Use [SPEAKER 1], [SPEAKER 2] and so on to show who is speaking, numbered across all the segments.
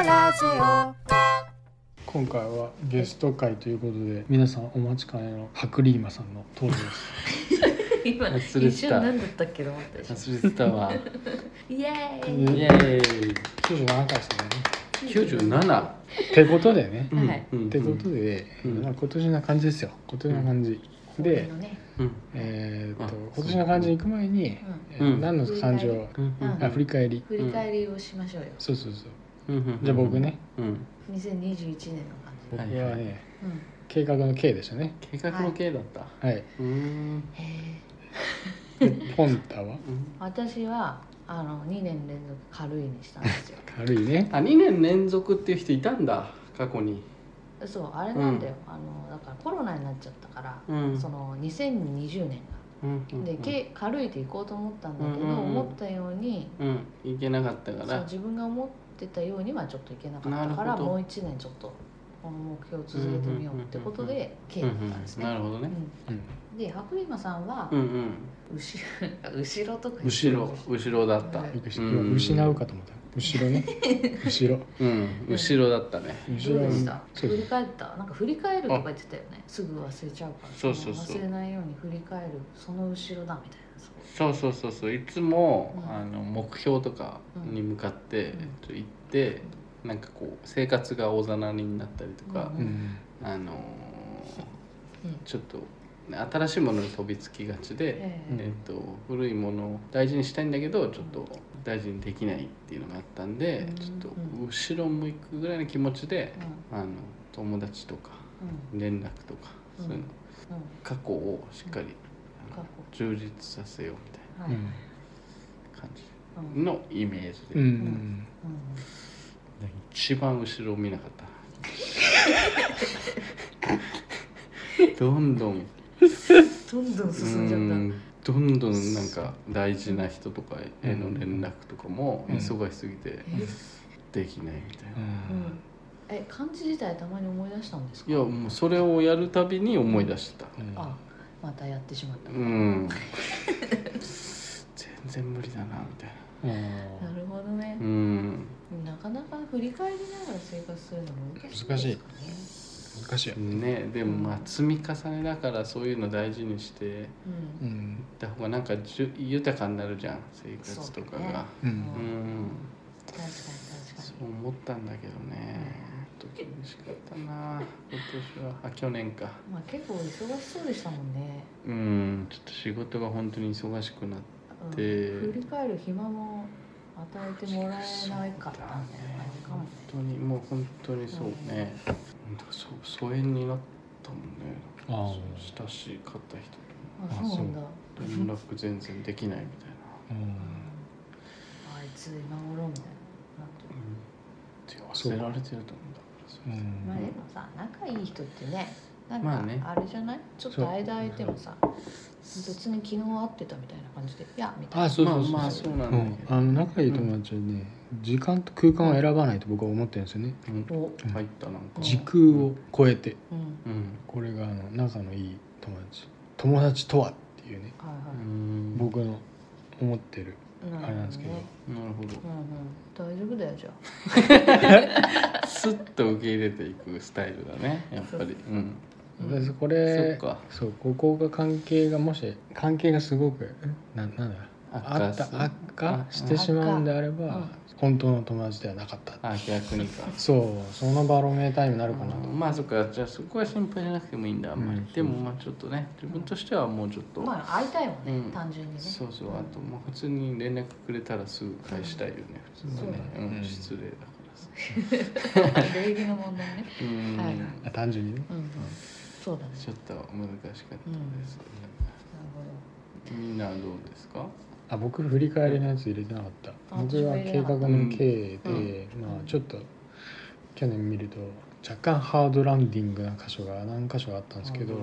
[SPEAKER 1] ラジ
[SPEAKER 2] 今回はゲスト会ということで皆さんお待ちかねのハクリーマさんの登場です
[SPEAKER 3] 今
[SPEAKER 4] 忘れ
[SPEAKER 3] 一
[SPEAKER 4] てた
[SPEAKER 3] 瞬何だったっけと思ったでしょ
[SPEAKER 4] 忘れてた わ
[SPEAKER 3] イエ
[SPEAKER 2] イ
[SPEAKER 3] ーイ
[SPEAKER 4] イエーイ
[SPEAKER 2] 97回ですね
[SPEAKER 4] 97
[SPEAKER 2] ってことでね
[SPEAKER 4] うん
[SPEAKER 3] はい
[SPEAKER 4] うん
[SPEAKER 2] ってことで、
[SPEAKER 4] うん
[SPEAKER 2] まあ今年な感じですよ今年な感じ、で、
[SPEAKER 3] こういうのね
[SPEAKER 4] うん
[SPEAKER 2] えーっと
[SPEAKER 4] あ
[SPEAKER 2] 今年な感じに行く前に、えー
[SPEAKER 4] うん
[SPEAKER 2] 何の感情、
[SPEAKER 4] うんうん
[SPEAKER 2] あ振り返り
[SPEAKER 3] 振り返りをしましょうよ
[SPEAKER 2] そうそうそう
[SPEAKER 4] うんうん
[SPEAKER 2] じゃあ僕ね
[SPEAKER 4] うん
[SPEAKER 3] 2021年の感
[SPEAKER 2] 僕はね、
[SPEAKER 4] はいはい
[SPEAKER 3] じうん
[SPEAKER 2] 計画の K でしたね
[SPEAKER 4] 計画の系だった
[SPEAKER 2] はい
[SPEAKER 4] うん
[SPEAKER 3] へ
[SPEAKER 2] でポンタは
[SPEAKER 4] うん
[SPEAKER 3] ー私はあの2年連続軽いにしたん ですよ
[SPEAKER 2] 軽いね
[SPEAKER 4] あ2年連続っていう人いたんだ過去に
[SPEAKER 3] そうあれなんだよ、あのだからコロナになっちゃったから、
[SPEAKER 4] うん
[SPEAKER 3] その2020年
[SPEAKER 4] うんうんう
[SPEAKER 3] が
[SPEAKER 4] ん
[SPEAKER 3] で、け軽いで行こうと思ったんだけど、
[SPEAKER 4] うんうんうん
[SPEAKER 3] 思ったように
[SPEAKER 4] うんいけなかったか
[SPEAKER 3] そう
[SPEAKER 4] ら
[SPEAKER 3] 自分が思ってたようにはちょっといけなかったか
[SPEAKER 4] なる
[SPEAKER 3] ら
[SPEAKER 4] ほど
[SPEAKER 3] もう1年ちょっとこの目標を続けてみようってこと
[SPEAKER 4] うんう
[SPEAKER 3] で
[SPEAKER 4] う
[SPEAKER 3] K
[SPEAKER 4] んう
[SPEAKER 3] だったんです
[SPEAKER 4] ん
[SPEAKER 3] ね。
[SPEAKER 4] なるほどね
[SPEAKER 2] うん
[SPEAKER 3] うんで白馬さんは
[SPEAKER 4] うんうん
[SPEAKER 3] 後ろ 後ろとか言って
[SPEAKER 4] 後ろ後ろだった
[SPEAKER 3] はい
[SPEAKER 2] よくし
[SPEAKER 4] うん
[SPEAKER 2] 失うかと思った後ろね後ろ
[SPEAKER 4] うん後ろだったね
[SPEAKER 2] 後
[SPEAKER 3] どう
[SPEAKER 2] ろ
[SPEAKER 3] でし
[SPEAKER 2] に
[SPEAKER 3] た
[SPEAKER 2] そう
[SPEAKER 3] 振り返ったなんか振り返るとか言ってたよねすぐ忘れちゃうから
[SPEAKER 4] そうそうそう
[SPEAKER 3] 忘れないように振り返るその後ろだみたいなそう
[SPEAKER 4] そうそうそうそういつも、
[SPEAKER 3] うん
[SPEAKER 4] あの目標とかに向かって、
[SPEAKER 3] うん
[SPEAKER 4] えっと行ってなんかこう生活が大ざなりになったりとか、
[SPEAKER 3] う
[SPEAKER 2] うん
[SPEAKER 4] あのー
[SPEAKER 3] うん
[SPEAKER 4] ちょっとね新しいものに飛びつきがちで、
[SPEAKER 3] え
[SPEAKER 2] うん
[SPEAKER 3] え
[SPEAKER 4] えっと古いものを大事にしたいんだけどちょっと大事にできないっていうのがあったんで、
[SPEAKER 3] うん
[SPEAKER 4] ちょっと後ろ向くぐらいの気持ちで、あの友達とか
[SPEAKER 3] うん
[SPEAKER 4] 連絡とか、
[SPEAKER 3] うん
[SPEAKER 4] そういう
[SPEAKER 3] うんう
[SPEAKER 4] の
[SPEAKER 3] ん
[SPEAKER 4] 過去をしっかり、あ
[SPEAKER 3] 過
[SPEAKER 4] の
[SPEAKER 3] 去
[SPEAKER 4] 充実させようみ
[SPEAKER 3] は
[SPEAKER 4] たい
[SPEAKER 2] う
[SPEAKER 3] い
[SPEAKER 2] ん
[SPEAKER 4] な感じ。
[SPEAKER 3] うんうん
[SPEAKER 4] のイメージ
[SPEAKER 2] うん
[SPEAKER 4] で、
[SPEAKER 2] うん
[SPEAKER 4] 一番後ろを見なかった どんどん
[SPEAKER 3] どんどん進んじゃった
[SPEAKER 4] うんどんどんなんか大事な人とかへの連絡とかも
[SPEAKER 2] うん
[SPEAKER 4] 忙しすぎて
[SPEAKER 3] え
[SPEAKER 4] できないみたいな、
[SPEAKER 3] うんえ漢字自体たまに思い出したんですか
[SPEAKER 4] いやもうそれをやるたびに思い出してた
[SPEAKER 2] うん
[SPEAKER 3] あまたやってしまった、
[SPEAKER 4] うん全然無理だなみたいな
[SPEAKER 2] うん
[SPEAKER 3] なるほどね
[SPEAKER 4] う、ん
[SPEAKER 3] なかなか振り返りながら生活するの難しいですかね
[SPEAKER 2] 難しいよ
[SPEAKER 4] ねでもまあ積み重ねだからそういうの大事にして
[SPEAKER 3] うん
[SPEAKER 2] うん
[SPEAKER 4] 行った方がなんかじゅ豊かになるじゃん生活とかが
[SPEAKER 2] う
[SPEAKER 3] うん
[SPEAKER 2] ん
[SPEAKER 4] うん
[SPEAKER 3] 確かに確
[SPEAKER 4] そ
[SPEAKER 3] か
[SPEAKER 4] う
[SPEAKER 3] に
[SPEAKER 4] 思ったんだけどねちょっと厳しかったな今年はあ去年か
[SPEAKER 3] まあ結構忙しそうでしたもんね、
[SPEAKER 4] うんちょっと仕事が本当に忙しくなっ
[SPEAKER 3] うん、
[SPEAKER 4] で
[SPEAKER 3] 振り返る暇も与えてもらえないかったみたいな感じかも
[SPEAKER 4] 本
[SPEAKER 3] ね
[SPEAKER 4] 当にもう本当にそうね本当そう疎遠になったもんね
[SPEAKER 2] あ
[SPEAKER 4] 親しかった人
[SPEAKER 3] あそうなんだあ
[SPEAKER 4] と連絡全然できないみたいな
[SPEAKER 2] あうん
[SPEAKER 3] いつ今頃みたいな
[SPEAKER 4] って忘れられてると思うんだからそうれ
[SPEAKER 3] まあでも
[SPEAKER 2] ん
[SPEAKER 3] さ仲いい人ってねなん
[SPEAKER 4] まあね
[SPEAKER 3] かあれじゃないちょっ
[SPEAKER 2] そう
[SPEAKER 3] と間空いてもさ別に昨日会ってたみたいな感じで「いや」みたいな
[SPEAKER 2] あそうそうそう
[SPEAKER 4] まあまあそうなん
[SPEAKER 2] う
[SPEAKER 4] だ
[SPEAKER 2] ん
[SPEAKER 4] けど
[SPEAKER 2] あの仲いい友達はね時間と空間を選ばないと僕は思ってるんですよね
[SPEAKER 4] うん
[SPEAKER 3] お、うん
[SPEAKER 4] 入ったなんか
[SPEAKER 2] 時空を超えて
[SPEAKER 4] うん
[SPEAKER 2] これがあの仲のいい友達友達とはっていうね
[SPEAKER 3] はいは
[SPEAKER 4] うん
[SPEAKER 2] 僕の思ってる
[SPEAKER 3] い、
[SPEAKER 2] あれなんですけど
[SPEAKER 3] るほね
[SPEAKER 4] なるほ
[SPEAKER 3] う
[SPEAKER 4] ど
[SPEAKER 3] んうん、大丈夫だよじゃあ
[SPEAKER 4] スッと受け入れていくスタイルだねやっぱりうん
[SPEAKER 3] うん
[SPEAKER 2] 私こ
[SPEAKER 4] そっ
[SPEAKER 2] れ
[SPEAKER 4] か
[SPEAKER 2] そうここが関係がもし関係がすごくななんだあった
[SPEAKER 4] す
[SPEAKER 2] 悪化してしまうんであれ
[SPEAKER 3] うん
[SPEAKER 2] ば本当の友達ではなかった
[SPEAKER 4] あ逆にか
[SPEAKER 2] そうそのバロメーターにもなるかなと
[SPEAKER 4] まあそっかじゃあそこは心配じゃなくてもいいんだあんまり、
[SPEAKER 2] うん
[SPEAKER 4] でもまあちょっとね自分としてはもうちょっと、
[SPEAKER 3] まあ会いたいもんね、
[SPEAKER 4] うん
[SPEAKER 3] 単純にね
[SPEAKER 4] そうそうあともう普通に連絡くれたらすぐ返したいよね普通はね
[SPEAKER 2] そうだね
[SPEAKER 4] う、
[SPEAKER 2] うんん
[SPEAKER 4] 失礼だからさ
[SPEAKER 3] 礼儀の問題ね
[SPEAKER 4] うん、
[SPEAKER 3] はい
[SPEAKER 2] あ単純にね
[SPEAKER 3] うん、うん、そうだね
[SPEAKER 4] ちょっと難しかったです、
[SPEAKER 3] なるほど
[SPEAKER 4] みんなはどうですか
[SPEAKER 2] あ僕振り返りのやつ入れてなかった
[SPEAKER 3] あ
[SPEAKER 2] 僕は計画の経営
[SPEAKER 4] うん
[SPEAKER 2] で、まあ、ちょっと去年見ると若干ハードランディングな箇所が何箇所かあったんですけど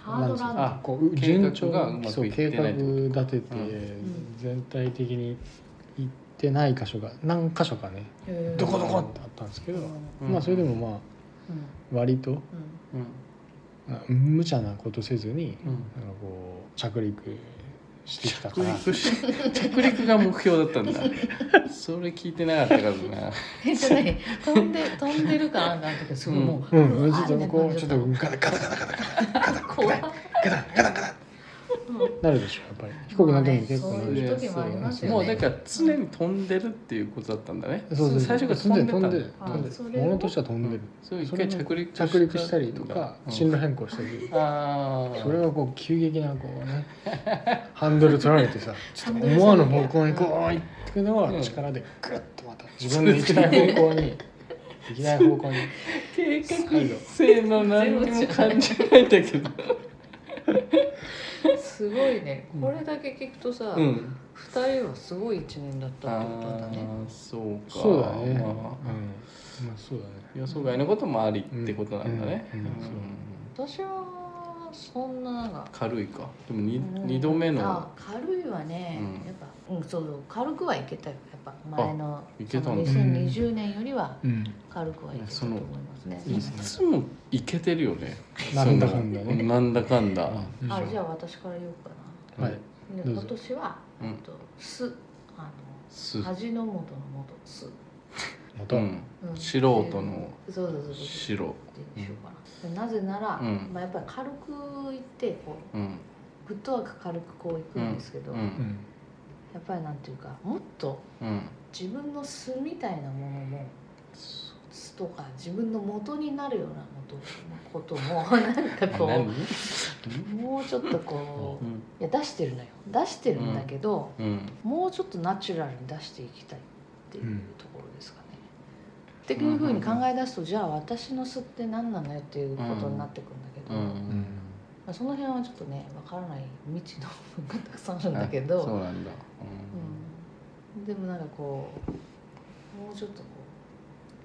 [SPEAKER 4] ハー
[SPEAKER 3] ハードラ
[SPEAKER 4] ドランディン
[SPEAKER 3] ンド
[SPEAKER 2] なんですかこう
[SPEAKER 4] 計画
[SPEAKER 2] 順
[SPEAKER 4] が
[SPEAKER 2] 調
[SPEAKER 4] うま
[SPEAKER 2] にそ
[SPEAKER 4] くいうって
[SPEAKER 2] 計
[SPEAKER 4] ない
[SPEAKER 2] 画
[SPEAKER 4] ってこと
[SPEAKER 2] 立てて
[SPEAKER 3] ん
[SPEAKER 2] 全体的に行ってない箇所が何箇所かね
[SPEAKER 3] へー
[SPEAKER 2] どこどこってあったんですけ
[SPEAKER 3] うん
[SPEAKER 2] ど
[SPEAKER 3] うん、
[SPEAKER 4] うん
[SPEAKER 2] まあそれでもまあ割と
[SPEAKER 4] グ
[SPEAKER 2] あ無茶なことせずに
[SPEAKER 4] うん
[SPEAKER 2] なんかこう着陸してきたか
[SPEAKER 4] 着
[SPEAKER 2] ら
[SPEAKER 4] 陸し着陸が目標だったんだ それ聞いてなかったからな
[SPEAKER 3] えじゃない飛んで飛んでるかなんかすごいもう、
[SPEAKER 2] うん、
[SPEAKER 3] わー
[SPEAKER 2] ちょっとこう
[SPEAKER 3] み
[SPEAKER 2] ち
[SPEAKER 3] た
[SPEAKER 2] ょ
[SPEAKER 3] い
[SPEAKER 2] っ
[SPEAKER 3] な
[SPEAKER 2] と
[SPEAKER 3] 感
[SPEAKER 2] ガタガタガタガタガタガタ
[SPEAKER 3] 怖い
[SPEAKER 2] ガタガタガタガタなるでしょやっぱり飛行機の時に結構なるでし
[SPEAKER 3] そういう時もありますよね
[SPEAKER 4] もうだから常に飛んでるっていうことだったんだね
[SPEAKER 2] ょそうそう
[SPEAKER 4] 最初から
[SPEAKER 2] 飛ん
[SPEAKER 4] 飛
[SPEAKER 2] で
[SPEAKER 4] んでた
[SPEAKER 2] 飛んでる
[SPEAKER 3] あ
[SPEAKER 2] 飛んで
[SPEAKER 3] そ
[SPEAKER 2] る
[SPEAKER 3] れを
[SPEAKER 2] 物としては飛んでる
[SPEAKER 4] そう一回
[SPEAKER 2] それも
[SPEAKER 4] 着陸
[SPEAKER 2] 着陸したりとか
[SPEAKER 4] うん
[SPEAKER 2] 進路変更したり
[SPEAKER 4] ああ
[SPEAKER 2] それはこう急激なこうねハンドル取られてさちょっと思わぬ方向にこう行ってくの
[SPEAKER 4] う
[SPEAKER 2] は
[SPEAKER 4] ん
[SPEAKER 2] 力でグッとまた自分の行きたい方向に行きたい方向に
[SPEAKER 4] 計画性の何にも感じないんだけど
[SPEAKER 3] すごいねこれだけ聞くとさ、
[SPEAKER 4] う
[SPEAKER 3] 二
[SPEAKER 4] ん
[SPEAKER 3] 人はすごい一年だったってことだね
[SPEAKER 4] あーそうか
[SPEAKER 2] そうだねうん
[SPEAKER 4] まあ
[SPEAKER 2] まあそうだね
[SPEAKER 4] 予想外のこともありってことなんだね、
[SPEAKER 2] うんうん
[SPEAKER 4] うん
[SPEAKER 2] そう
[SPEAKER 3] 私はそんななんか
[SPEAKER 4] 軽いかでも 2,
[SPEAKER 3] うん
[SPEAKER 4] 二度目
[SPEAKER 3] あ
[SPEAKER 4] の
[SPEAKER 3] 軽いはね、
[SPEAKER 4] うん
[SPEAKER 3] やっぱ、うん、そうそう軽くはいけたよやっぱ前の
[SPEAKER 4] いけたんだ
[SPEAKER 3] その2020年よりは
[SPEAKER 2] うん
[SPEAKER 3] 軽くはいけたと思いますね、
[SPEAKER 2] うん
[SPEAKER 4] いつもいけてるよね
[SPEAKER 2] なんだかんだね
[SPEAKER 4] そのなんだかんだ、
[SPEAKER 2] うん
[SPEAKER 3] あじゃあ私から言おうか
[SPEAKER 2] は
[SPEAKER 4] う
[SPEAKER 2] い
[SPEAKER 4] ん
[SPEAKER 3] な
[SPEAKER 2] ど
[SPEAKER 3] で
[SPEAKER 2] うぞ
[SPEAKER 3] 今年は、
[SPEAKER 4] うん
[SPEAKER 3] えっと酢あ
[SPEAKER 4] す
[SPEAKER 3] の味の素の元酢、
[SPEAKER 2] 元
[SPEAKER 4] うん
[SPEAKER 3] うん
[SPEAKER 4] 素人の
[SPEAKER 3] そうそうそうそう
[SPEAKER 4] 白
[SPEAKER 3] っていうかな、なぜなら、
[SPEAKER 4] うん
[SPEAKER 3] まあ、やっぱり軽く行ってこ
[SPEAKER 4] うん
[SPEAKER 3] うフットワーク軽くこう行くんですけど、
[SPEAKER 4] う
[SPEAKER 2] うんん
[SPEAKER 3] やっぱりなんていうかもっと
[SPEAKER 4] うん
[SPEAKER 3] 自分の素みたいなものも素とか自分の元になるようなことも なんかこ
[SPEAKER 4] 何
[SPEAKER 3] うもうちょっとこう
[SPEAKER 4] うん
[SPEAKER 3] いや出してるのよ出してるんだけど、
[SPEAKER 4] うん
[SPEAKER 3] もうちょっとナチュラルに出していきたいっていうところですかね。っていうふうに考え出すとじゃあ私の素って何なのよっていうことになってくるんだけ
[SPEAKER 4] う
[SPEAKER 3] ど、ま
[SPEAKER 4] ん
[SPEAKER 3] あ、その辺はちょっとね分からない未知の部分がたくさんあるん
[SPEAKER 4] あ
[SPEAKER 3] だけど。
[SPEAKER 4] そうなんだ
[SPEAKER 3] うん、でもなんかこうもうちょっとこ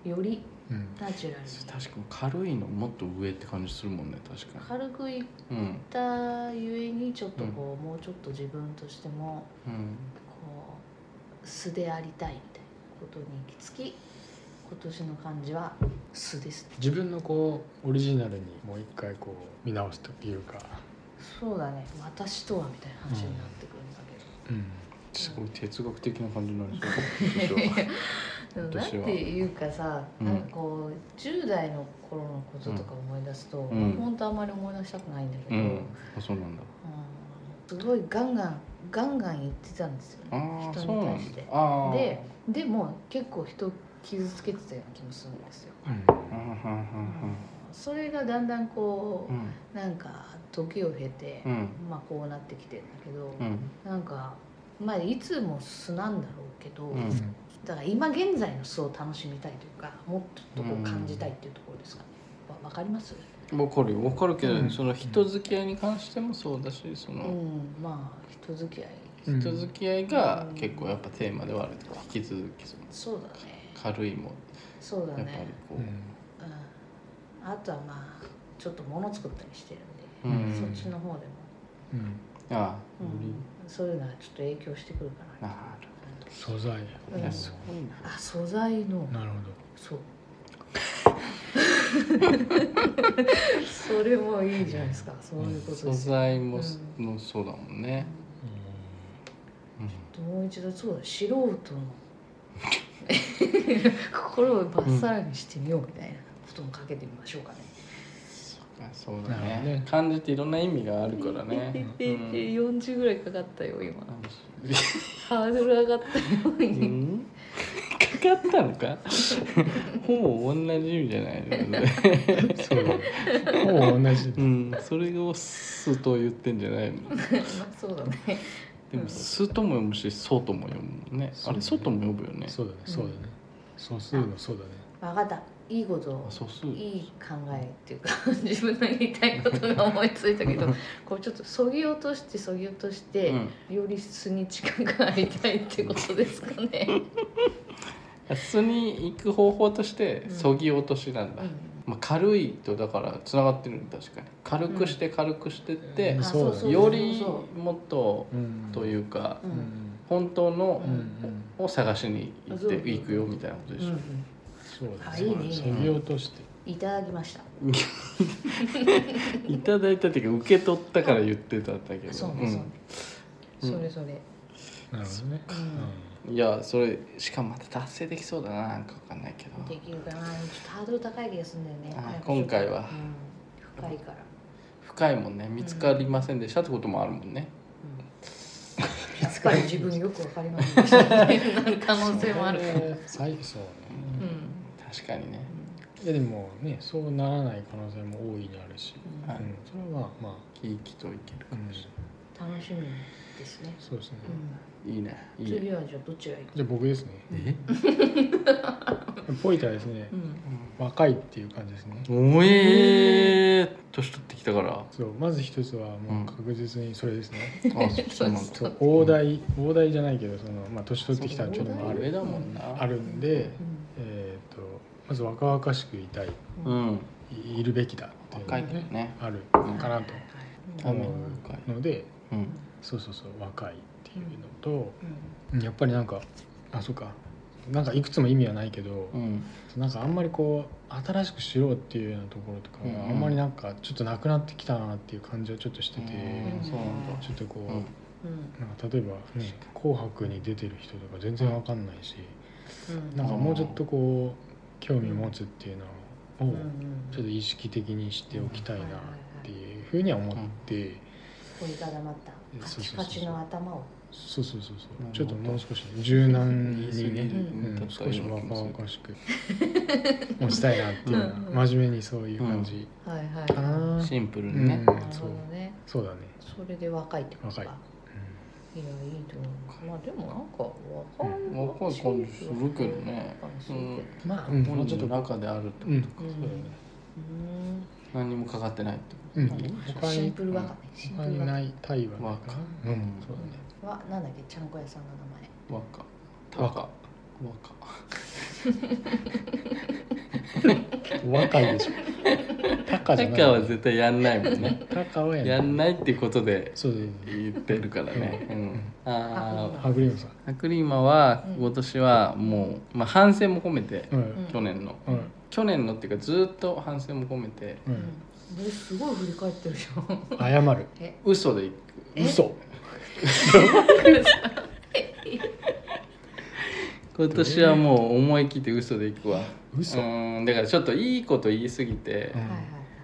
[SPEAKER 3] うより
[SPEAKER 2] うん
[SPEAKER 3] ナチュラルに
[SPEAKER 4] うん確かに軽いのもっと上って感じするもんね確か
[SPEAKER 3] 軽くいっ
[SPEAKER 4] にうん
[SPEAKER 3] たゆえにちょっとこう、もうちょっと自分としても
[SPEAKER 4] うん
[SPEAKER 3] こう素でありたいみたいなことに行き着き今年の漢字は素です
[SPEAKER 2] 自分のこうオリジナルにもう一回こう見直すというか、
[SPEAKER 3] そうだね私とはみたいな話になってくるんだ
[SPEAKER 4] すごい哲学的な感じになり
[SPEAKER 3] け
[SPEAKER 4] そう
[SPEAKER 3] ど、
[SPEAKER 4] でしょ
[SPEAKER 3] でもなん
[SPEAKER 4] 今年は
[SPEAKER 3] ていうかさ、
[SPEAKER 4] うん
[SPEAKER 3] なんかこう10代の頃のこととか思い出すと、
[SPEAKER 4] ん
[SPEAKER 3] まあ本当あんまり思い出したくないんだけど、
[SPEAKER 4] うんあそうなんだ
[SPEAKER 3] うんすごいガンガンガンガン言ってたんですよ
[SPEAKER 4] あ
[SPEAKER 3] ね
[SPEAKER 4] ー
[SPEAKER 3] 人
[SPEAKER 4] そう
[SPEAKER 3] に
[SPEAKER 4] な
[SPEAKER 3] 対し
[SPEAKER 4] んだ
[SPEAKER 3] て
[SPEAKER 4] あー
[SPEAKER 3] ででも結構人を傷つけてたような気もするんですよ、
[SPEAKER 4] うんうん
[SPEAKER 3] それがだんだんこ
[SPEAKER 4] うんうん
[SPEAKER 3] うなんか時を経て、
[SPEAKER 4] うん
[SPEAKER 3] まあこうなってきてんだけど、
[SPEAKER 4] うん
[SPEAKER 3] なんかまあいつも素なんだろうけど、
[SPEAKER 4] うん
[SPEAKER 3] だから今現在の素を楽しみたいというかもっとこう感じたいっていうところですかね、わわかります
[SPEAKER 4] わかるよわかるけど、
[SPEAKER 2] うん
[SPEAKER 4] その人付き合いに関してもそうだしそ
[SPEAKER 3] うん、
[SPEAKER 4] の
[SPEAKER 3] まあ人付き合い
[SPEAKER 2] うん
[SPEAKER 4] 人付き合いが結構やっぱテーマではあるとか引き続きその
[SPEAKER 3] そうだね
[SPEAKER 4] 軽いも
[SPEAKER 3] そうだ
[SPEAKER 4] やっぱり
[SPEAKER 3] ね
[SPEAKER 4] こ
[SPEAKER 2] う
[SPEAKER 4] う、
[SPEAKER 2] ん
[SPEAKER 3] うんあとはまあちょっと物作ったりしてる
[SPEAKER 4] うん
[SPEAKER 3] で、そ
[SPEAKER 4] ん
[SPEAKER 3] っちの方でも、
[SPEAKER 2] うん、
[SPEAKER 4] ああ、
[SPEAKER 3] う
[SPEAKER 4] より
[SPEAKER 3] ん、そういうのはちょっと影響してくるかな
[SPEAKER 4] なる
[SPEAKER 2] 素材
[SPEAKER 4] ほどいやすごいな
[SPEAKER 3] あ素材の
[SPEAKER 2] なるほど
[SPEAKER 3] そうそれもいいじゃないですかそういうこと
[SPEAKER 4] 素
[SPEAKER 3] ですよ
[SPEAKER 4] 材も、
[SPEAKER 3] う
[SPEAKER 4] のそうだもんね、うん
[SPEAKER 3] もう一度そうだ素人の心をまっさらにしてみようみたいなこともかけてみましょうかね。
[SPEAKER 4] あそうだ
[SPEAKER 2] なる
[SPEAKER 4] ね
[SPEAKER 2] ほどね
[SPEAKER 4] 漢字っていろんな意味があるから
[SPEAKER 3] え
[SPEAKER 4] ね、
[SPEAKER 3] えええ
[SPEAKER 4] う
[SPEAKER 3] 40ぐらいかかったよ今。
[SPEAKER 4] ん
[SPEAKER 3] ハードル上がったよ
[SPEAKER 4] う
[SPEAKER 3] 今。
[SPEAKER 4] ん、 かかったのか ほぼ同じ意味じゃないの
[SPEAKER 2] そうほぼ同じ、
[SPEAKER 4] うん、それを「す」と言ってんじゃないの
[SPEAKER 3] まあそうだね。
[SPEAKER 4] で
[SPEAKER 3] うん
[SPEAKER 4] も「す」とも読むし「そう」とも読むもんね
[SPEAKER 2] そ
[SPEAKER 4] あ
[SPEAKER 2] うだね
[SPEAKER 4] れ「そう」とも読むよね
[SPEAKER 2] そうだねそうだね、素数のそうだね
[SPEAKER 3] わかった。いいことを
[SPEAKER 4] あ素数
[SPEAKER 3] いい考えっていうか自分の言いたいことが思いついたけ ど、こうちょっとそぎ落としてそぎ落として、
[SPEAKER 4] うん
[SPEAKER 3] より素に近くなりたいってことですか ね。
[SPEAKER 4] 「す」に行く方法として
[SPEAKER 3] うん
[SPEAKER 4] そぎ落としなんだ、
[SPEAKER 3] うん
[SPEAKER 4] まあ、軽いとだからつながってるの確かに軽くして軽くしてって
[SPEAKER 2] うん、
[SPEAKER 3] あ
[SPEAKER 2] そうだね
[SPEAKER 4] より
[SPEAKER 3] そう
[SPEAKER 4] もっと
[SPEAKER 2] うん
[SPEAKER 4] というか、
[SPEAKER 3] うん
[SPEAKER 2] うん
[SPEAKER 4] 本当の
[SPEAKER 2] うんうん
[SPEAKER 4] を探しに行っ
[SPEAKER 3] そうそう
[SPEAKER 4] ていくよみたいなことで
[SPEAKER 3] うんう
[SPEAKER 4] しょ、
[SPEAKER 3] ん
[SPEAKER 2] そうだ
[SPEAKER 3] あ
[SPEAKER 2] ね
[SPEAKER 3] いいね
[SPEAKER 2] そぎ落として
[SPEAKER 3] いただきました。
[SPEAKER 4] いただいたっていうか受け取ったから言ってたんだけど
[SPEAKER 3] そうねそうね。
[SPEAKER 4] うん
[SPEAKER 3] それそれ、
[SPEAKER 2] なるほどね、
[SPEAKER 3] うん
[SPEAKER 4] いやそれしかもまた達成できそうだななんかわかんないけど
[SPEAKER 3] できるかなちょっとハードル高い気がするんだよね
[SPEAKER 4] あー
[SPEAKER 3] 早く
[SPEAKER 4] 今回は
[SPEAKER 3] うん、深い から、
[SPEAKER 4] 深いもんね見つかりませんでしたってこともあるもんね、
[SPEAKER 3] うん、やっぱり自分よくわかりません でし たねなんか可能性もあるから、うん
[SPEAKER 2] 最そうね
[SPEAKER 4] 確かにね
[SPEAKER 2] いやでもねそうならない可能性も大いにあるし、
[SPEAKER 3] うん
[SPEAKER 2] う
[SPEAKER 4] はい
[SPEAKER 2] ん、それはまあ、
[SPEAKER 4] 生きといけるかもし
[SPEAKER 3] 楽しみですね、
[SPEAKER 2] そうですね、
[SPEAKER 3] う
[SPEAKER 4] れない、いいねい
[SPEAKER 3] ん、
[SPEAKER 4] いね
[SPEAKER 3] 次はじゃあどちら行く
[SPEAKER 2] じゃあ僕ですね
[SPEAKER 4] え、
[SPEAKER 2] ポイタはですね、
[SPEAKER 3] うん
[SPEAKER 2] 若いっていう感じですね
[SPEAKER 4] おえー、年取ってきたから
[SPEAKER 2] そうまず一つは
[SPEAKER 4] う
[SPEAKER 2] も
[SPEAKER 4] ん
[SPEAKER 2] う確実にそれです ね、
[SPEAKER 4] あそうなんだ
[SPEAKER 2] そう大台大台じゃないけどその、まあ、年取ってきたっていうのもあ
[SPEAKER 4] 上
[SPEAKER 2] る
[SPEAKER 4] だもんな
[SPEAKER 2] あるんで、
[SPEAKER 3] うん
[SPEAKER 2] えー、とまず若々しくいたい
[SPEAKER 4] うん
[SPEAKER 2] いいるべきだっていうの
[SPEAKER 4] 若
[SPEAKER 2] が
[SPEAKER 4] いけど
[SPEAKER 2] ね
[SPEAKER 4] ね
[SPEAKER 2] ある
[SPEAKER 4] うん
[SPEAKER 2] かなと
[SPEAKER 4] ため
[SPEAKER 2] う
[SPEAKER 4] に
[SPEAKER 2] ん
[SPEAKER 4] 若い
[SPEAKER 2] ので
[SPEAKER 4] うん
[SPEAKER 2] そうそうそう若いっていうのと、
[SPEAKER 3] う
[SPEAKER 2] うんやっぱりなんかあそうかなんかいくつも意味はないけど
[SPEAKER 4] う、ん
[SPEAKER 2] なんかあんまりこう新しくしろうっていうようなところとか
[SPEAKER 4] うん
[SPEAKER 2] はあんまりなんかちょっとなくなってきたなっていう感じはちょっとしてて、
[SPEAKER 4] うんそうなんだ
[SPEAKER 2] ちょっとこう、
[SPEAKER 4] うん
[SPEAKER 3] ん
[SPEAKER 2] なんか例えば、ね「紅白」に出てる人とか全然わかんないし、
[SPEAKER 3] うん
[SPEAKER 2] なんかもうちょっとこう興味を持つっていうのを
[SPEAKER 3] うん
[SPEAKER 2] ちょっと意識的にしておきたいなっていうふうには思って、
[SPEAKER 3] 凝り固まったパチパチの頭を
[SPEAKER 2] そうそうそうそ
[SPEAKER 4] なるほど
[SPEAKER 2] うちょっともう少し柔軟にね、
[SPEAKER 4] うん
[SPEAKER 2] うん少し若々しく持ちたいなっていううんのは真面目にそういう感じ
[SPEAKER 3] はいはい
[SPEAKER 2] かな、うん
[SPEAKER 4] シンプルにね、
[SPEAKER 2] う
[SPEAKER 3] なる
[SPEAKER 2] んそ
[SPEAKER 3] ほ
[SPEAKER 2] う
[SPEAKER 3] どね
[SPEAKER 2] そうだね、
[SPEAKER 3] それで若いってことか
[SPEAKER 2] 若
[SPEAKER 3] いやいいと思うまあでもなんか若
[SPEAKER 4] う
[SPEAKER 3] い
[SPEAKER 4] ん若い感じするけどね
[SPEAKER 3] う
[SPEAKER 4] うん
[SPEAKER 2] う
[SPEAKER 3] ん
[SPEAKER 2] ん、まあ、
[SPEAKER 4] うん、
[SPEAKER 2] もうちょっと
[SPEAKER 4] の中であるって
[SPEAKER 2] う
[SPEAKER 4] こ
[SPEAKER 2] ん
[SPEAKER 4] とか、何にもかかってないってこと、
[SPEAKER 2] うん
[SPEAKER 3] うんシンプル若ねシンプ
[SPEAKER 2] 他に
[SPEAKER 3] ル
[SPEAKER 2] な
[SPEAKER 3] 若
[SPEAKER 2] いタイはない
[SPEAKER 4] 若
[SPEAKER 2] かなうんそう
[SPEAKER 3] はなんだっけちゃんこ屋さんの名前
[SPEAKER 4] 若若若
[SPEAKER 2] だね若いでしょ高じゃない
[SPEAKER 4] 若は絶対やんないもん ね
[SPEAKER 2] 高はや
[SPEAKER 4] やん
[SPEAKER 2] い
[SPEAKER 4] ないってことで
[SPEAKER 2] そうそう
[SPEAKER 4] 言ってるからね、うん、あ
[SPEAKER 2] そう
[SPEAKER 4] あ
[SPEAKER 2] ハグリムさん
[SPEAKER 4] アクリーマは
[SPEAKER 3] うん
[SPEAKER 4] 今年はもう、まあ、反省も込めて、
[SPEAKER 2] うん
[SPEAKER 3] ん
[SPEAKER 4] 去年の
[SPEAKER 2] うん
[SPEAKER 4] 去年のっていうかずっと反省も込めて
[SPEAKER 2] う
[SPEAKER 3] うんんえすごい振り返ってるじゃん
[SPEAKER 2] 謝る
[SPEAKER 3] え
[SPEAKER 4] 嘘でいく
[SPEAKER 3] え
[SPEAKER 2] 嘘
[SPEAKER 4] 今年はもう思い切って嘘でいくわ
[SPEAKER 2] 嘘
[SPEAKER 4] うんだからちょっといいこと言い過ぎて、
[SPEAKER 2] うん
[SPEAKER 3] はいはい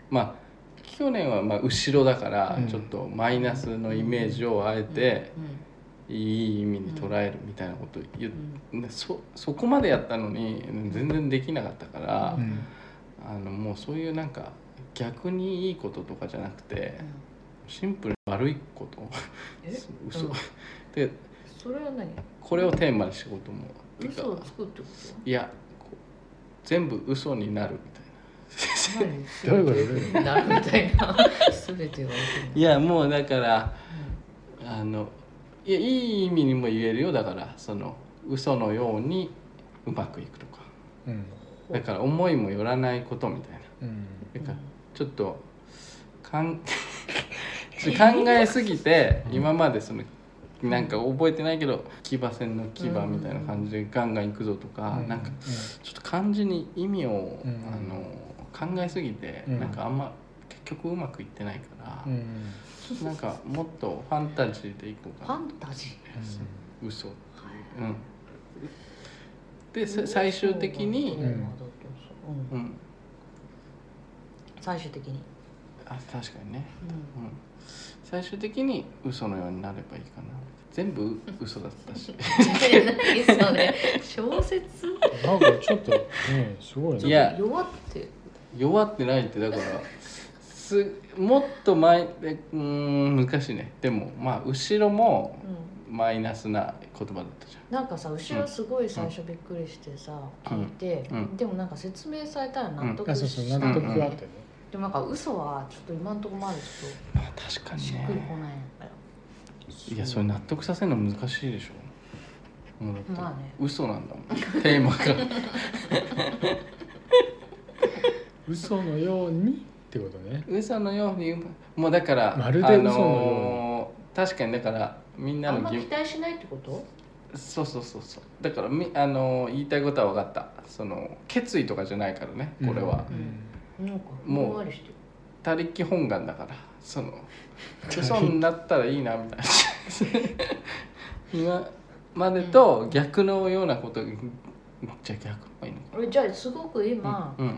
[SPEAKER 4] まあ去年はまあ後ろだから、
[SPEAKER 2] うん
[SPEAKER 4] ちょっとマイナスのイメージをあえて、いい意味に捉えるみたいなこと言っ
[SPEAKER 3] うんうん
[SPEAKER 4] でそそこまでやったのに全然できなかったから、
[SPEAKER 2] うん
[SPEAKER 4] あのもうそういうなんか逆にいいこととかじゃなくて
[SPEAKER 3] うん
[SPEAKER 4] シンプルに悪いこと
[SPEAKER 3] え
[SPEAKER 4] 嘘、
[SPEAKER 3] うん
[SPEAKER 4] で
[SPEAKER 3] それは何
[SPEAKER 4] これをテーマにしようと思う
[SPEAKER 3] 嘘をつくってこ
[SPEAKER 4] いやこう全部嘘になるみたい
[SPEAKER 3] と何
[SPEAKER 2] どういうこと
[SPEAKER 3] なるみたいな全てを
[SPEAKER 4] ないやもうだからあのいやいい意味にも言えるよだからその嘘のようにうまくいくとか
[SPEAKER 2] うん
[SPEAKER 4] だから思いもよらないことみたいな
[SPEAKER 2] うん
[SPEAKER 4] なんかちょっとかん ちょっと考えすぎて今までそのなんか覚えてないけど騎馬戦の騎馬みたいな感じでガンガン行くぞとか、なんかちょっと漢字に意味を、
[SPEAKER 2] うん
[SPEAKER 4] あの考えすぎて、
[SPEAKER 2] うん
[SPEAKER 4] なんかあんま結局うまくいってないから
[SPEAKER 2] う、ん
[SPEAKER 4] なんかもっとファンタジーでいこう
[SPEAKER 3] ファ
[SPEAKER 4] かな
[SPEAKER 3] ンタジ
[SPEAKER 4] 嘘っていう。うんでさ最終的に、
[SPEAKER 3] うんうん
[SPEAKER 4] うん、
[SPEAKER 3] 最終的に
[SPEAKER 4] あ確かにねうん最終的に嘘のようになればいいかな全部嘘だったし
[SPEAKER 3] 何それ小説
[SPEAKER 2] なんかちょっとねすごいね
[SPEAKER 4] いや
[SPEAKER 3] 弱って
[SPEAKER 4] 弱ってないってだからすもっと前でうーん難しいねでもまあ後ろも
[SPEAKER 3] うん
[SPEAKER 4] マイナスな言葉だったじ
[SPEAKER 3] なんかさ後ろすごい最初びっくりしてさ
[SPEAKER 4] うん
[SPEAKER 3] 聞いて
[SPEAKER 4] うん
[SPEAKER 3] でもなんか説明されたら納
[SPEAKER 2] あ
[SPEAKER 3] 得
[SPEAKER 2] そうそう
[SPEAKER 3] した
[SPEAKER 2] 納
[SPEAKER 4] ん
[SPEAKER 2] 得
[SPEAKER 4] うん
[SPEAKER 2] があったよね
[SPEAKER 3] でもなんか嘘はちょっと今のところまでちょっ
[SPEAKER 4] ゃん、まあ、確か
[SPEAKER 3] と
[SPEAKER 4] に
[SPEAKER 3] しっくりこ
[SPEAKER 4] ね
[SPEAKER 3] ないから
[SPEAKER 4] いやそれ納得させるの難しいでしょもうだって、
[SPEAKER 3] まあね
[SPEAKER 4] 嘘なんだもん テーマが
[SPEAKER 2] 嘘のようにってことね
[SPEAKER 4] 嘘のようにもうだから
[SPEAKER 2] まるで嘘のように
[SPEAKER 4] ー確かにだからみんな
[SPEAKER 3] あ
[SPEAKER 4] の
[SPEAKER 3] んま
[SPEAKER 4] 疑
[SPEAKER 3] 期待しないってこと
[SPEAKER 4] そうそうそうそうだからみあの言いたいことは分かったその決意とかじゃないからねこれは、
[SPEAKER 2] うん
[SPEAKER 3] なんかふ
[SPEAKER 4] もうん
[SPEAKER 3] わりしてる
[SPEAKER 4] 他力本願だからその嘘になったらいいなみたいな今までと逆のようなことじゃあ逆の方がいいのか
[SPEAKER 3] えじゃあすごく今、
[SPEAKER 4] うん、
[SPEAKER 3] あの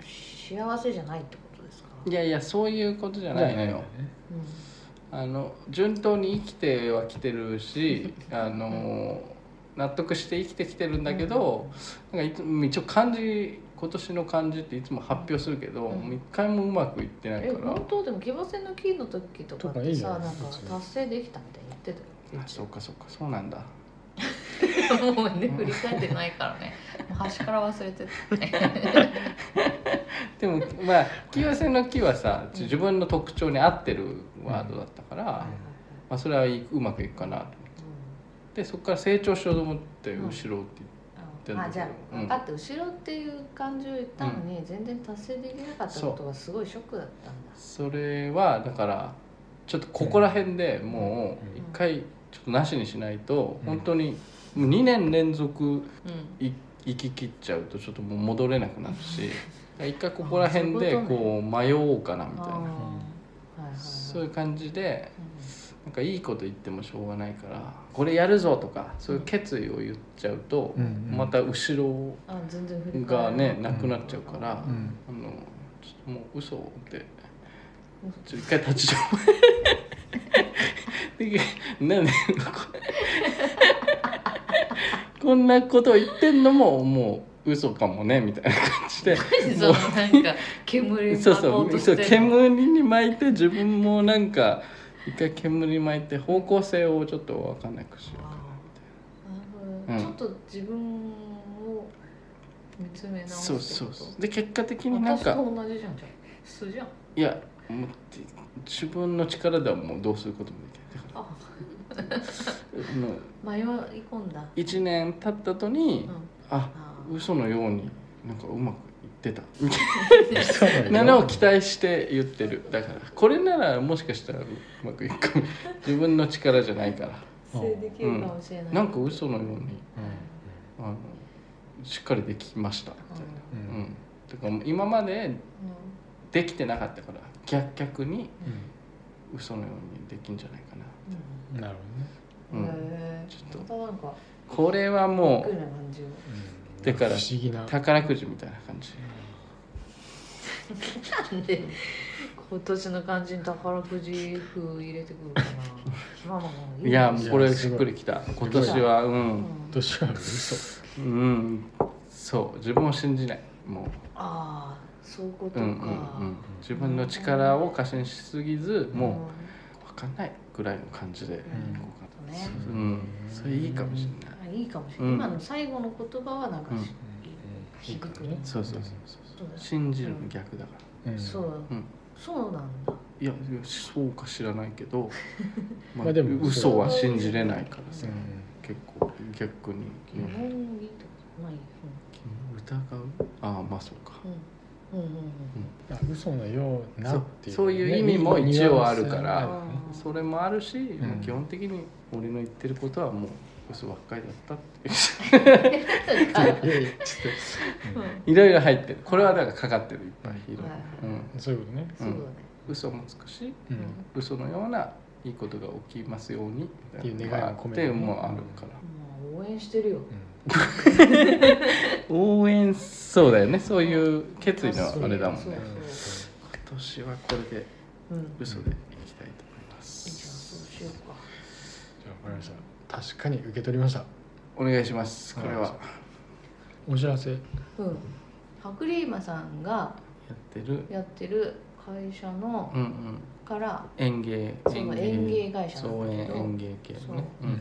[SPEAKER 3] 幸せじゃないってことですか、
[SPEAKER 4] いやいやそういうことじゃないのよあの順当に生きてはきてる しあの納得して生きてきてるんだけど、なんかいつも一応漢字今年の漢字っていつも発表するけど、
[SPEAKER 3] うん
[SPEAKER 4] もう一回もうまくいってない
[SPEAKER 3] え
[SPEAKER 4] から
[SPEAKER 3] 本当でも騎馬戦の金の時とかっ
[SPEAKER 2] とかい
[SPEAKER 3] て
[SPEAKER 2] い
[SPEAKER 3] さ
[SPEAKER 2] よ
[SPEAKER 3] なんか
[SPEAKER 2] 別に
[SPEAKER 3] 達成できたみたいに言ってたよ
[SPEAKER 4] あそうかそうかそうなんだ
[SPEAKER 3] もうね振り返ってないからねもう端から忘れてた ね
[SPEAKER 4] でもまあ木は線の木はさ
[SPEAKER 3] うん
[SPEAKER 4] 自分の特徴に合ってるワードだったから、まあ、それはいうまくいくかなとでそこから成長しようと思って
[SPEAKER 3] うん
[SPEAKER 4] 後ろって
[SPEAKER 3] うんあじゃあ
[SPEAKER 4] うん
[SPEAKER 3] 分かって後ろっていう感じを言ったのに全然達成できなかったことがすごいショックだったんだ
[SPEAKER 4] それはだからちょっとここら辺でもう一回ちょっとなしにしないと
[SPEAKER 2] うん
[SPEAKER 4] 本当にもう2年連続
[SPEAKER 3] うん
[SPEAKER 4] い行き切っちゃうとちょっともう戻れなくなるし一回ここら辺で
[SPEAKER 3] あそういう
[SPEAKER 4] こう迷おうかなみ
[SPEAKER 3] あ
[SPEAKER 4] た
[SPEAKER 3] ー
[SPEAKER 4] い
[SPEAKER 3] はい
[SPEAKER 4] な
[SPEAKER 3] はいはい
[SPEAKER 4] そういう感じでなんかいいこと言ってもしょうがないからこれやるぞとかそういう決意を言っちゃうと
[SPEAKER 2] うんうん
[SPEAKER 4] また後ろ
[SPEAKER 3] うんあ全然振り返ら
[SPEAKER 4] が
[SPEAKER 3] ない
[SPEAKER 4] ねなくなっちゃうからあ
[SPEAKER 2] う
[SPEAKER 4] の
[SPEAKER 2] ん
[SPEAKER 4] ちょっともう嘘をって。
[SPEAKER 3] うん
[SPEAKER 4] ちょ一回立ち止まるなんでこれこんなことを言ってんのももう嘘かもねみたいな感じで
[SPEAKER 3] 何 そのなんか煙に
[SPEAKER 4] そう
[SPEAKER 3] 巻
[SPEAKER 4] そ
[SPEAKER 3] こうと
[SPEAKER 4] う
[SPEAKER 3] して
[SPEAKER 4] そ
[SPEAKER 3] ん
[SPEAKER 4] う
[SPEAKER 3] の
[SPEAKER 4] 煙に巻いて自分もなんか一回煙に巻いて方向性をちょっと分かんなくしようか
[SPEAKER 3] なるほど
[SPEAKER 4] うん
[SPEAKER 3] ちょっと自分を見つめ直
[SPEAKER 4] な
[SPEAKER 3] す
[SPEAKER 4] そ
[SPEAKER 3] ってこと
[SPEAKER 4] うそうそうで結果的になん
[SPEAKER 3] 私
[SPEAKER 4] か
[SPEAKER 3] と同じじゃんじゃん素じゃん
[SPEAKER 4] いやもう自分の力ではもうどうすることもできないだか
[SPEAKER 3] あ
[SPEAKER 4] らもう
[SPEAKER 3] 迷い込んだ、
[SPEAKER 4] 1年経った後に、
[SPEAKER 3] うん、
[SPEAKER 4] あ
[SPEAKER 3] あ
[SPEAKER 4] 嘘のようになんかうまくいってた
[SPEAKER 2] そうだよ
[SPEAKER 4] なのを期待して言ってるだからこれならもしかしたらうまくいく かも自分の力じゃないから
[SPEAKER 3] 達成できるかもしれない、
[SPEAKER 4] なんか嘘のように
[SPEAKER 2] うん
[SPEAKER 4] あのしっかりできましたみたい
[SPEAKER 2] うん
[SPEAKER 4] な、
[SPEAKER 2] う
[SPEAKER 4] うんん、だからもう今までできてなかったから逆逆に嘘のようにできんじゃないか
[SPEAKER 3] う
[SPEAKER 4] な
[SPEAKER 2] うんなるほ
[SPEAKER 3] ん、うん
[SPEAKER 4] うん
[SPEAKER 3] へえ
[SPEAKER 4] ちょっと
[SPEAKER 3] またなんか
[SPEAKER 4] これはも
[SPEAKER 3] びっく
[SPEAKER 4] う
[SPEAKER 3] りな感じを
[SPEAKER 2] どねうん
[SPEAKER 4] だから
[SPEAKER 2] 不思議な
[SPEAKER 4] 宝くじみたいな感じ
[SPEAKER 3] なんで今年の感じに宝くじ風入れてくるかなママもうい
[SPEAKER 4] いや
[SPEAKER 3] う
[SPEAKER 4] も
[SPEAKER 3] ん
[SPEAKER 4] うこれしっくりきた今年はうん
[SPEAKER 2] どうしよう嘘
[SPEAKER 4] うんそう自分を信じないもう
[SPEAKER 3] ああそういうこと
[SPEAKER 4] う
[SPEAKER 3] か、
[SPEAKER 4] んうんうん、自分の力を過信しすぎず
[SPEAKER 3] うん
[SPEAKER 4] もう分かんないぐらいの感じでいこうか
[SPEAKER 3] そうね
[SPEAKER 4] な、うん、それいいかもしれな
[SPEAKER 3] あ
[SPEAKER 4] い、
[SPEAKER 3] いいかもしれない、
[SPEAKER 4] うん
[SPEAKER 3] 今の最後の言葉はなんかし、
[SPEAKER 4] うん
[SPEAKER 2] うん
[SPEAKER 3] 響く
[SPEAKER 2] いいか
[SPEAKER 3] ね
[SPEAKER 2] も
[SPEAKER 4] そうそうそうそう
[SPEAKER 3] そうだ
[SPEAKER 4] 信じるの逆だから
[SPEAKER 2] うん
[SPEAKER 3] そう、
[SPEAKER 4] うん
[SPEAKER 3] そうなんだ
[SPEAKER 4] いやいやそうか知らないけ ど、まあ、
[SPEAKER 2] まあでも
[SPEAKER 4] 嘘は信じれないから
[SPEAKER 2] う
[SPEAKER 4] さ、
[SPEAKER 2] ん
[SPEAKER 4] 結構逆に、
[SPEAKER 3] 基本いいとこまあいい
[SPEAKER 4] 疑うああまあそうか
[SPEAKER 3] うんうんうんうんうん
[SPEAKER 2] あ嘘のようなっていうね
[SPEAKER 4] そうそういう意味も一応あるから
[SPEAKER 2] ニュアンスあるね
[SPEAKER 3] うん
[SPEAKER 4] それもあるし、
[SPEAKER 2] ん
[SPEAKER 4] まあ基本的に俺の言ってることはもう嘘ばっかりだったっていう
[SPEAKER 2] いやい やちょっと、
[SPEAKER 4] いろいろ入ってるこれはだからかかってるいっぱいいろいろ
[SPEAKER 3] はいはい
[SPEAKER 4] うん
[SPEAKER 2] うんそういうことね、
[SPEAKER 3] そうだね、
[SPEAKER 4] 嘘もつくし
[SPEAKER 2] う
[SPEAKER 3] う
[SPEAKER 2] ん
[SPEAKER 3] ん
[SPEAKER 4] 嘘のようないいことが起きますように
[SPEAKER 2] っていう願いを込めて
[SPEAKER 4] っていうのもあるから、
[SPEAKER 3] もう応援してるよ
[SPEAKER 4] 応援そうだよねそういう決意のあれだもん
[SPEAKER 3] そう
[SPEAKER 4] ね今年はこれで
[SPEAKER 3] うんじゃ
[SPEAKER 4] 嘘でいきたいと思いま
[SPEAKER 3] あ
[SPEAKER 4] す
[SPEAKER 3] そうしようか
[SPEAKER 2] じゃあ分かりました確かに受け取りました
[SPEAKER 4] お願いしますこれは
[SPEAKER 2] はい
[SPEAKER 4] や
[SPEAKER 2] お知らせ
[SPEAKER 3] うん白リーマさんが
[SPEAKER 4] ってる
[SPEAKER 3] やってる会社の
[SPEAKER 4] うんうん
[SPEAKER 3] から、
[SPEAKER 4] 園芸
[SPEAKER 3] そう園芸会社
[SPEAKER 4] そう園園芸系のね
[SPEAKER 3] そう
[SPEAKER 4] うん
[SPEAKER 3] まあ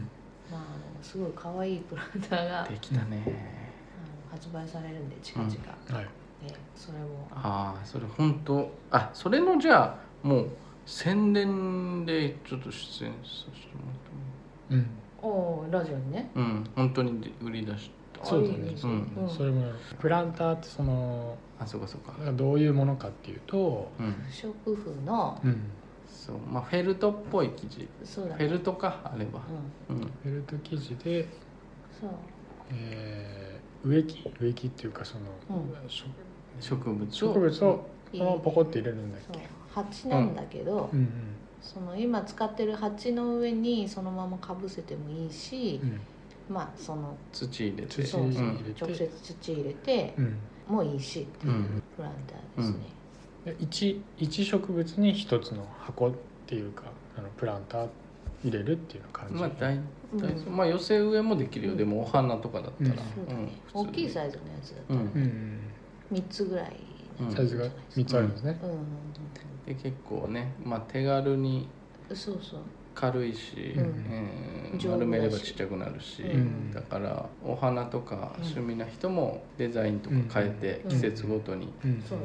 [SPEAKER 3] あの、すごい可愛いプランターがあの
[SPEAKER 4] できたね
[SPEAKER 3] 発売されるんで近々、ね
[SPEAKER 2] はい
[SPEAKER 3] それも
[SPEAKER 4] ああそれ本当あそれのじゃあもう宣伝でちょっと出演させてもらってもいい
[SPEAKER 2] うん
[SPEAKER 3] おーラジオにね
[SPEAKER 4] うん本当に売り出した
[SPEAKER 2] そうだ
[SPEAKER 3] い
[SPEAKER 2] ね
[SPEAKER 3] いね
[SPEAKER 2] そうだね
[SPEAKER 3] うん
[SPEAKER 2] それもやろうプランターってその
[SPEAKER 4] あそうかそうか
[SPEAKER 2] どういうものかっていうと
[SPEAKER 4] うん
[SPEAKER 3] 不織布の
[SPEAKER 2] うん
[SPEAKER 4] そうまあフェルトっぽい生地
[SPEAKER 3] そうだ
[SPEAKER 4] フ
[SPEAKER 3] ね
[SPEAKER 4] ェルトかあれば
[SPEAKER 3] うん
[SPEAKER 4] うん
[SPEAKER 2] フェルト生地で、
[SPEAKER 3] そう
[SPEAKER 2] えー植木植木っていうかその、
[SPEAKER 3] うん
[SPEAKER 2] しょ
[SPEAKER 4] 植物
[SPEAKER 2] 植
[SPEAKER 4] を
[SPEAKER 2] 物をこのままポコって入れるんだっ
[SPEAKER 3] そう
[SPEAKER 2] け
[SPEAKER 3] 蜂なんだけど、
[SPEAKER 2] うんうん
[SPEAKER 3] その今使ってる鉢の上にそのままかぶせてもいいし、
[SPEAKER 2] うん
[SPEAKER 3] まあその
[SPEAKER 4] 土入れて
[SPEAKER 2] 土
[SPEAKER 3] そうそう
[SPEAKER 2] 入れて
[SPEAKER 3] 直接土入れて
[SPEAKER 2] うん
[SPEAKER 3] もいいしっていううんプランターですね。
[SPEAKER 2] で一一植物に一つの箱っていうかあのプランター入れるっていうような感じ、
[SPEAKER 4] まあ大
[SPEAKER 3] うん
[SPEAKER 4] 体そうまあ寄せ植えもできるよ、
[SPEAKER 3] うん
[SPEAKER 4] でもお花とかだった
[SPEAKER 2] う
[SPEAKER 4] ら、
[SPEAKER 2] ん
[SPEAKER 3] そうだね、
[SPEAKER 4] うん
[SPEAKER 3] 大きいサイズのやつだ
[SPEAKER 4] う、
[SPEAKER 3] と
[SPEAKER 2] うんん、
[SPEAKER 3] 三つぐらいのやつ
[SPEAKER 2] サイズが三つあるんですね、
[SPEAKER 3] うんうんうん
[SPEAKER 4] で結構ね、まあ、手軽に
[SPEAKER 3] うんそうそう
[SPEAKER 4] 軽いし、
[SPEAKER 3] うん
[SPEAKER 4] えー
[SPEAKER 3] 丈夫だし
[SPEAKER 4] 丸めればちっちゃくなるし、
[SPEAKER 3] うん
[SPEAKER 4] だからお花とか
[SPEAKER 3] うん
[SPEAKER 4] 趣味な人もデザインとか変えて
[SPEAKER 3] うん
[SPEAKER 4] 季節ごとに
[SPEAKER 2] うん
[SPEAKER 3] そうだ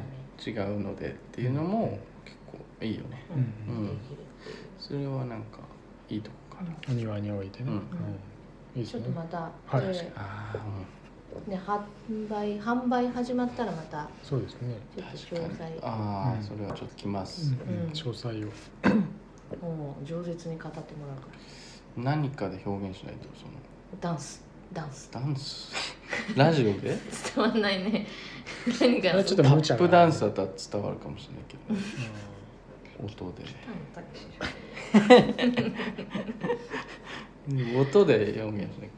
[SPEAKER 3] ね、
[SPEAKER 4] 違うのでっていうのも結構いいよね
[SPEAKER 3] う
[SPEAKER 2] うん
[SPEAKER 3] できるっていう
[SPEAKER 4] それはなんかいいとこかな、
[SPEAKER 2] お庭に置いてね、
[SPEAKER 4] うん
[SPEAKER 2] いいで
[SPEAKER 3] ち
[SPEAKER 2] す
[SPEAKER 3] ょっ
[SPEAKER 2] ね
[SPEAKER 3] とまた、
[SPEAKER 2] はい
[SPEAKER 3] で
[SPEAKER 4] ああ
[SPEAKER 3] で販売販売始まったらまた
[SPEAKER 2] そうですね、
[SPEAKER 3] ちょっと
[SPEAKER 4] 確
[SPEAKER 3] 詳
[SPEAKER 4] かに
[SPEAKER 3] 細
[SPEAKER 4] ああ、
[SPEAKER 2] うん
[SPEAKER 4] それはちょっときます、
[SPEAKER 2] うん
[SPEAKER 3] うん
[SPEAKER 2] 詳細を
[SPEAKER 3] もう饒舌に語ってもらうから
[SPEAKER 4] 何かで表現しないとその
[SPEAKER 3] ダンスダンス
[SPEAKER 4] ダンス ラジオで
[SPEAKER 3] 伝わんないね何か
[SPEAKER 2] あれちょっと
[SPEAKER 4] タ
[SPEAKER 2] 無茶
[SPEAKER 4] ッ
[SPEAKER 2] な
[SPEAKER 4] プダンスだったら伝わるかもしれないけどね音で
[SPEAKER 3] たけし
[SPEAKER 4] 音で表現しなきゃい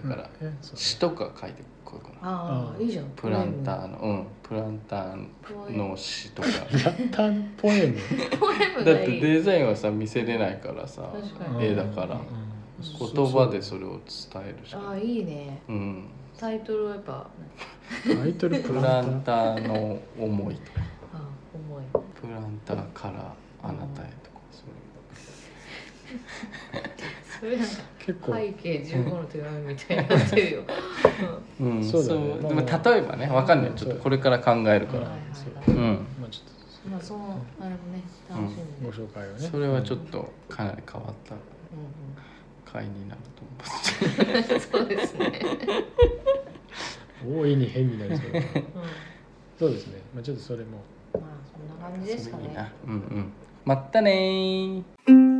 [SPEAKER 4] けないだから、
[SPEAKER 2] うんえそう
[SPEAKER 4] 詩とか書いてこようかな
[SPEAKER 3] あ
[SPEAKER 2] あ
[SPEAKER 3] あ
[SPEAKER 2] ー
[SPEAKER 3] いいじゃん
[SPEAKER 4] プランターのうんプランター
[SPEAKER 3] ポエム
[SPEAKER 4] の詩 とか
[SPEAKER 2] ラッタンポエム
[SPEAKER 3] ポエム
[SPEAKER 4] だ
[SPEAKER 3] が
[SPEAKER 4] って
[SPEAKER 3] いい
[SPEAKER 4] デザインはさ見せれないからさ
[SPEAKER 3] 確か
[SPEAKER 4] 絵だか
[SPEAKER 2] う
[SPEAKER 4] ら
[SPEAKER 2] ん
[SPEAKER 4] 言葉でそれを伝えるしか
[SPEAKER 3] あ
[SPEAKER 4] な
[SPEAKER 3] あ
[SPEAKER 4] い
[SPEAKER 3] いいね
[SPEAKER 4] うん
[SPEAKER 3] タイトルはやっぱ
[SPEAKER 2] タイトルプ
[SPEAKER 4] プ
[SPEAKER 2] ラ
[SPEAKER 4] ラ
[SPEAKER 2] ン
[SPEAKER 4] ン
[SPEAKER 2] ター
[SPEAKER 4] ターの思いとか
[SPEAKER 3] ああ重い
[SPEAKER 4] プランターからあなたへとかそう
[SPEAKER 3] それなんか
[SPEAKER 2] 結構、
[SPEAKER 3] 背景15の手紙みたいになってる よ、う
[SPEAKER 4] いう、うん、
[SPEAKER 2] そうだね
[SPEAKER 4] でも例えばねわかんないちょっとこれから考えるか
[SPEAKER 3] ん、はい
[SPEAKER 4] ら
[SPEAKER 3] はい
[SPEAKER 2] そ
[SPEAKER 3] は
[SPEAKER 4] うん
[SPEAKER 2] まあちょ
[SPEAKER 3] いまあそのあれもね楽しみ
[SPEAKER 2] っとご
[SPEAKER 3] で、うんうん
[SPEAKER 2] 紹介をね
[SPEAKER 4] それはちょっとかなり変わった回になると思います
[SPEAKER 3] そうですね、
[SPEAKER 2] うん大いに変になりそうだな
[SPEAKER 3] うん、ま
[SPEAKER 2] そうですね、まあ、ちょっとそれも
[SPEAKER 3] あそんな感じですか
[SPEAKER 4] それいい
[SPEAKER 3] ね
[SPEAKER 4] なうんうんまったねー